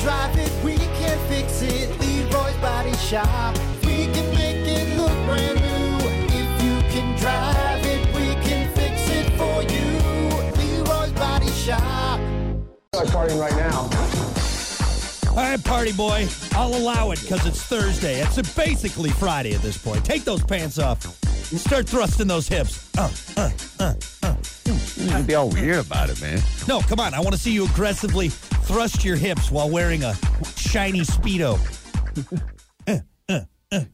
drive it, we can fix it. Leroy's Body Shop. We can make it look brand new. If you can drive it, we can fix it for you. Leroy's Body Shop. Start starting right now. All right, party boy. I'll allow it because it's Thursday. It's basically Friday at this point. Take those pants off. and Start thrusting those hips. Uh, uh, uh, uh. Don't be all weird about it, man. No, come on. I want to see you aggressively thrust your hips while wearing a shiny Speedo.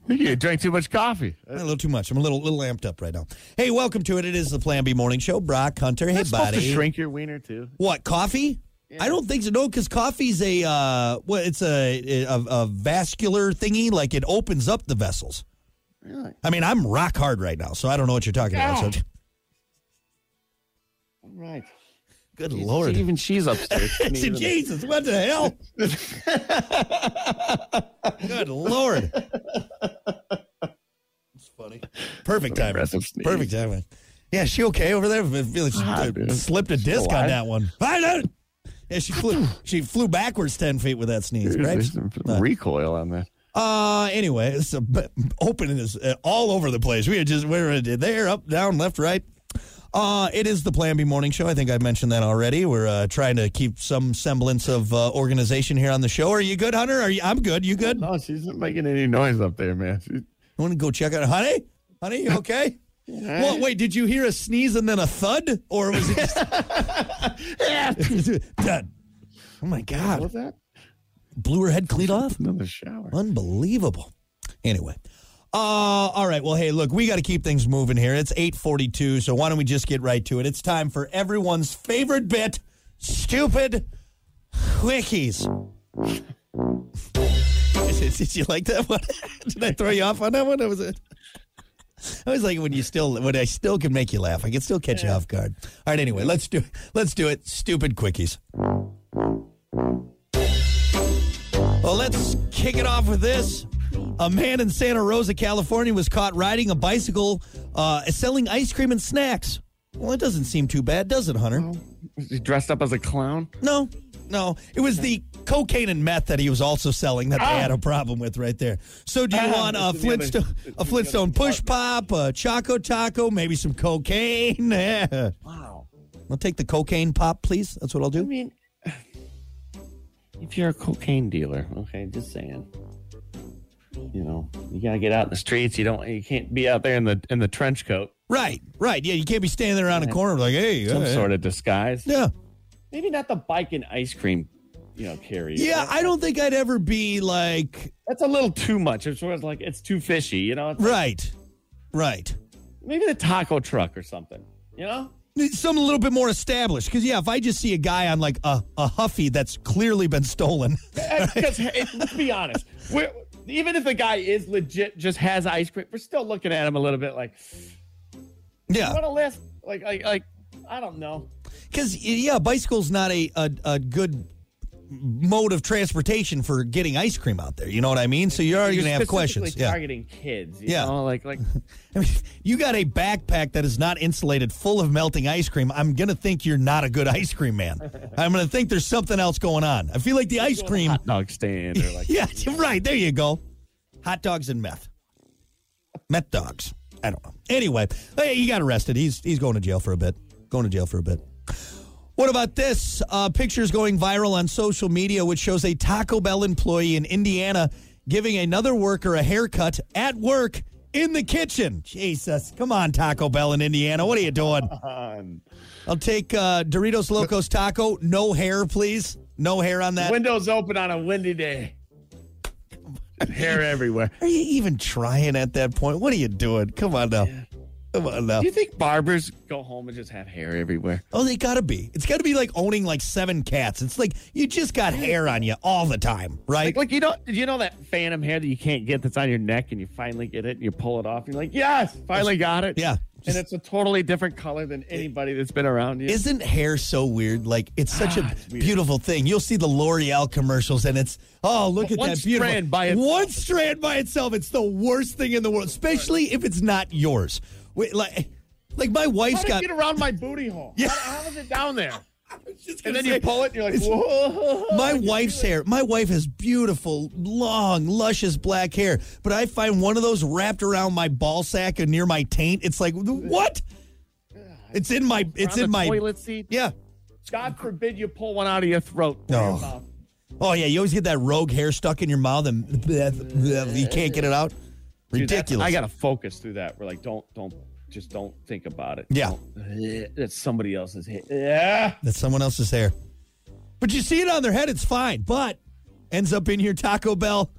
You drank too much coffee. A little too much. I'm a little little amped up right now. Hey, welcome to it. It is the Plan B Morning Show. Brock Hunter. Hey, That's supposed buddy. to shrink your wiener too. What coffee? I don't think so. No, because coffee's a uh, well, it's a, a a vascular thingy. Like it opens up the vessels. Really? I mean, I'm rock hard right now, so I don't know what you're talking about. So, All right. good lord, Even she's upstairs. Even- Jesus, what the hell? good lord, it's funny. Perfect timing. Aggressive sneeze. Perfect timing. Yeah, she okay over there? I feel like she Ah, dude. slipped a disc on alive. that one. I don't- Yeah, she flew. She flew backwards ten feet with that sneeze. There's- Right? there's some recoil on that. Uh, anyway, it's a, b- opening is uh, all over the place. We are just we are there, up, down, left, right. Uh, it is the Plan B Morning Show. I think I mentioned that already. We're uh, trying to keep some semblance of uh, organization here on the show. Are you good, Hunter? Are you? I'm good. You good? No, she's not making any noise up there, man. She- You want to go check out, honey? Honey, you okay? Well, wait. Did you hear a sneeze and then a thud, or was it just done? Oh my What God! was that? Blew her head clean off. Another shower. Unbelievable. Anyway. Uh, all right. Well, hey, look, we got to keep things moving here. It's 842, so why don't we just get right to it? It's time for everyone's favorite bit, stupid quickies. Did you like that one? Did I throw you off on that one? That was it. I was like when you still when I still can make you laugh. I can still catch you off guard. All right, anyway, let's do let's do it. Stupid quickies. Well, let's kick it off with this. A man in Santa Rosa, California was caught riding a bicycle uh, selling ice cream and snacks. Well, it doesn't seem too bad, does it, Hunter? She dressed up as a clown. No, no. It was the cocaine and meth that he was also selling that they had a problem with right there. So, do you Ah, want a this is the other- Flintstone, this is the a other Flintstone push pop, a Choco Taco, maybe some cocaine? Yeah. Wow. I'll take the cocaine pop, please. That's what I'll I do. mean, if you're a cocaine dealer, okay, just saying. You know, you gotta get out in the streets. You don't. You can't be out there in the in the trench coat. Right, right. Yeah, you can't be standing around the corner like, hey, Some hey. sort of disguise. Yeah. Maybe not the bike and ice cream, you know, carry. Yeah, I don't think I'd ever be like that's a little too much. It's where it's like it's too fishy, you know. It's like- right, right. maybe the taco truck or something, you know. Some a little bit more established, because yeah, if I just see a guy on like a, a huffy that's clearly been stolen, Because let's be honest, we're, even if the guy is legit, just has ice cream, we're still looking at him a little bit like, yeah, what a list, like, like, like, I don't know. because yeah, bicycle's not a, a a good mode of transportation for getting ice cream out there. You know what I mean? So you're already You're gonna have specifically questions. Yeah, Targeting kids, you Yeah. know, like, like, I mean, you got a backpack that is not insulated, full of melting ice cream. I'm gonna think you're not a good ice cream man. I'm gonna think there's something else going on. I feel like the ice cream. hot dog stand or like, Yeah, right. There you go. Hot dogs and meth. Meth dogs. I don't know. Anyway, hey, he got arrested. He's he's going to jail for a bit. Going to jail for a bit. What about this? Uh, pictures going viral on social media, which shows a Taco Bell employee in Indiana giving another worker a haircut at work in the kitchen. Jesus, come on, Taco Bell in Indiana. What are you doing? um, I'll take uh, Doritos Locos Taco. No hair, please. No hair on that. windows open on a windy day, hair everywhere. Are you even trying at that point? What are you doing? Come on now. Come on now. Do you think barbers go home and just have hair everywhere? Oh, they gotta be. It's gotta be like owning like seven cats. It's like you just got hair on you all the time, right? Like, like you know, you know that phantom hair that you can't get that's on your neck, and you finally get it, and you pull it off, and you're like, yes, finally got it. Yeah. and it's a totally different color than anybody that's been around you. Isn't hair so weird? Like it's such Ah, a it's weird. beautiful thing. You'll see the L'Oreal commercials, and it's oh look at One that beautiful strand by itself. one strand by itself. It's the worst thing in the world, especially if it's not yours. Wait, like, like my How wife's did got it get around my booty hole? Yeah. How, how is it down there? And then you pull it, and you're like, whoa. My wife's hair. My wife has beautiful, long, luscious black hair. But I find one of those wrapped around my ball sack and near my taint. It's like what? It's in my. It's on in the my. toilet seat. Yeah. God forbid you pull one out of your throat. or No. your mouth. Oh yeah. You always get that rogue hair stuck in your mouth and you can't get it out. Dude, that's- Ridiculous. I gotta focus through that. We're like, don't, don't, just don't think about it. Yeah. Don't- That's somebody else's hit. Yeah. That's someone else's hair. But you see it on their head, it's fine. But ends up in your Taco Bell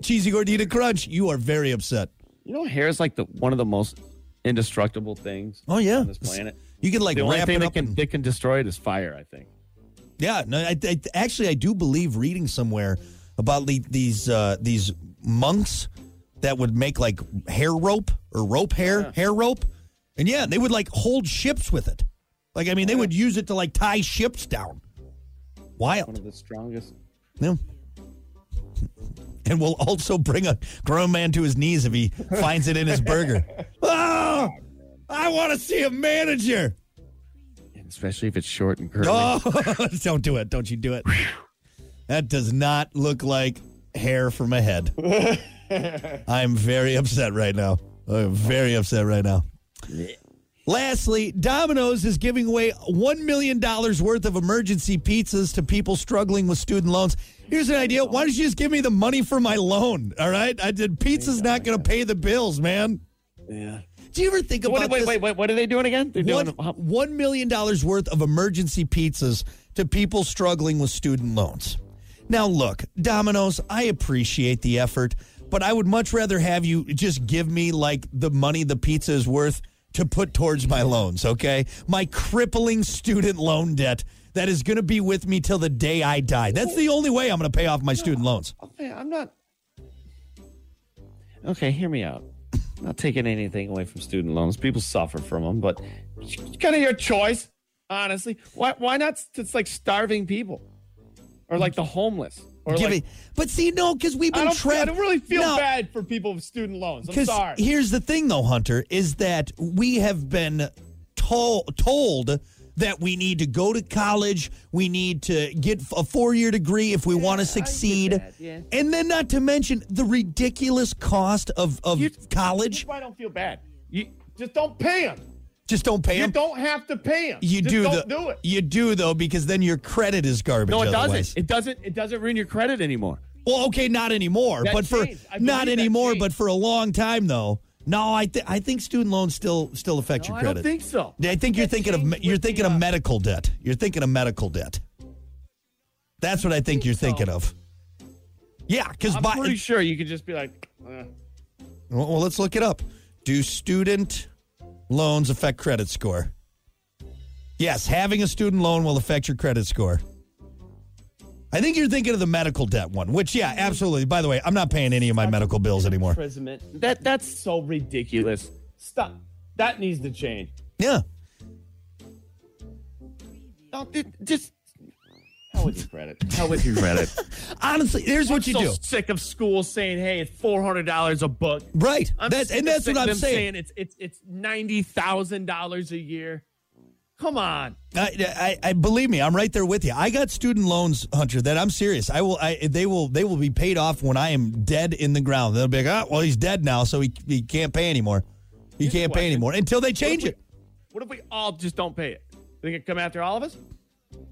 cheesy gordita crunch. You are very upset. You know, hair is like the one of the most indestructible things. Oh yeah, on this planet. You can like the only wrap thing it that up. can and- that can destroy it is fire. I think. yeah, no. I, I, actually, I do believe reading somewhere about the, these uh, these monks that would make like hair rope or rope hair hair rope, and yeah, they would like hold ships with it. Like I mean, they would use it to like tie ships down. Wild. One of the strongest. No. And will also bring a grown man to his knees if he finds it in his burger. Oh, I want to see a manager. and Especially if it's short and curly. Oh, don't do it. Don't you do it. That does not look like hair from a head. I'm very upset right now. I'm very upset right now. Lastly, Domino's is giving away $1 million worth of emergency pizzas to people struggling with student loans. Here's an idea. Why don't you just give me the money for my loan? All right? I did pizza's not going to pay the bills, man. Yeah. Do you ever think about Wait, this? wait, wait, wait. What are they doing again? They're doing. One, one million dollars worth of emergency pizzas to people struggling with student loans. Now, look, Domino's, I appreciate the effort, but I would much rather have you just give me like the money the pizza is worth to put towards my loans, okay? My crippling student loan debt that is going to be with me till the day I die. That's the only way I'm going to pay off my student loans. Okay, I'm not. Okay, hear me out. I'm not taking anything away from student loans. People suffer from them, but it's kind of your choice, honestly. Why? Why not? It's like starving people, or like the homeless, or Give like. me- but see, no, because we've I been don't, trapped. I don't really feel No. bad for people with student loans. I'm Because sorry. here's the thing, though, Hunter, is that we have been tol- told that we need to go to college, we need to get a four year degree if we want to succeed. that, yeah. And then, not to mention the ridiculous cost of, of You- college. That's why I don't feel bad. You just don't pay them. Just don't pay You them. don't have to pay them. You just do Don't though- do it. You do though, because then your credit is garbage. No, it otherwise. doesn't. It doesn't. It doesn't ruin your credit anymore. Well, okay, not anymore, That but for changed. I believe not that anymore, changed. but for a long time though. No, I th- I think student loans still still affect No, your I credit. don't think so. Yeah, I think you're That thinking of changed you're with the, thinking of uh, medical debt. You're thinking of medical debt. That's what I think you're thinking of. Yeah, because I'm by pretty sure you could just be like, eh. well, well, let's look it up. Do student loans affect credit score? Yes, having a student loan will affect your credit score. I think you're thinking of the medical debt one, which yeah, Mm-hmm. absolutely. By the way, I'm not paying any of my medical bills anymore. imprisonment. That that's so ridiculous. Stop. That needs to change. Yeah. Don't it, just. How would you credit? How would you credit? Honestly, here's what you so do. sick of school saying, "Hey, it's four hundred dollars a book." Right. I'm That's sick and of that's what them I'm saying. It's it's it's ninety thousand dollars a year. Come on. I, I, I believe me, I'm right there with you. I got student loans, Hunter. That I'm serious. I will. I they will. They will be paid off when I am dead in the ground. They'll be like, oh, well, he's dead now, so he he can't pay anymore. He can't pay question. anymore until they change What it. if we- What if we all just don't pay it? They can come after all of us.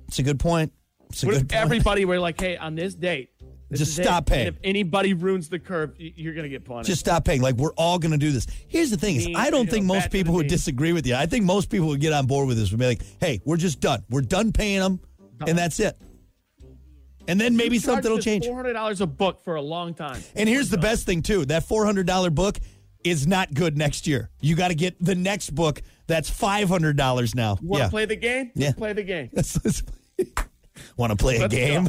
It's a good point. It's a What good if point. everybody were like, "Hey, on this date, this Just is it, stop and paying. If anybody ruins the curve, y- you're gonna get punished." Just stop paying. Like we're all going to do this. Here's the thing: is Me, I don't you think know, most back to people the would me. disagree with you. I think most people would get on board with this. Would be like, "Hey, we're just done. We're done paying them, and that's it." And then maybe something will change. Four hundred dollars a book for a long time. And here's the best thing too: that four hundred dollar book is not good next year. You got to get the next book that's five hundred dollars now. Want to yeah, play the game? Yeah. Play the game. want to play a Let's go. game?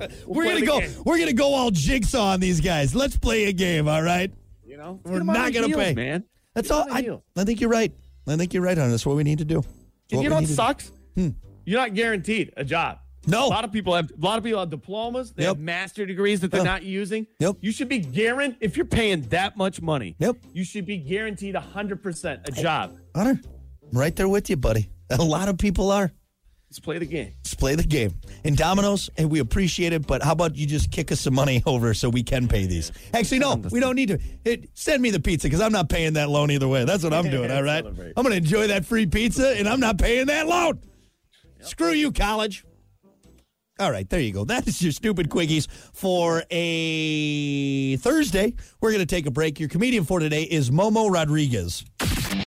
We'll We're play gonna the go. game, We're gonna go all jigsaw on these guys. Let's play a game. All right. you know, we're not gonna pay. man. That's Get all. on the I, heel. I think you're right. I think you're right on. That's what we need to do. It's what And you we know what need to do. Hmm. sucks? You're not guaranteed a job. No. A lot of people have a lot of people have diplomas. They have Yep. master degrees that they're Yep. not using. Yep. You should be guaranteed if you're paying that much money. Yep. You should be guaranteed hundred percent a job. Hunter, I'm right there with you, buddy. A lot of people are. Let's play the game. Let's play the game. And Domino's, hey, we appreciate it, but how about you just kick us some money over so we can pay these? Actually, no, we don't need to. It, send me the pizza because I'm not paying that loan either way. That's what I'm doing, all right? I'm Celebrate. going to enjoy that free pizza and I'm not paying that loan. Screw you, college. All right, there you go. That is your stupid quickies for a Thursday. We're going to take a break. Your comedian for today is Momo Rodriguez.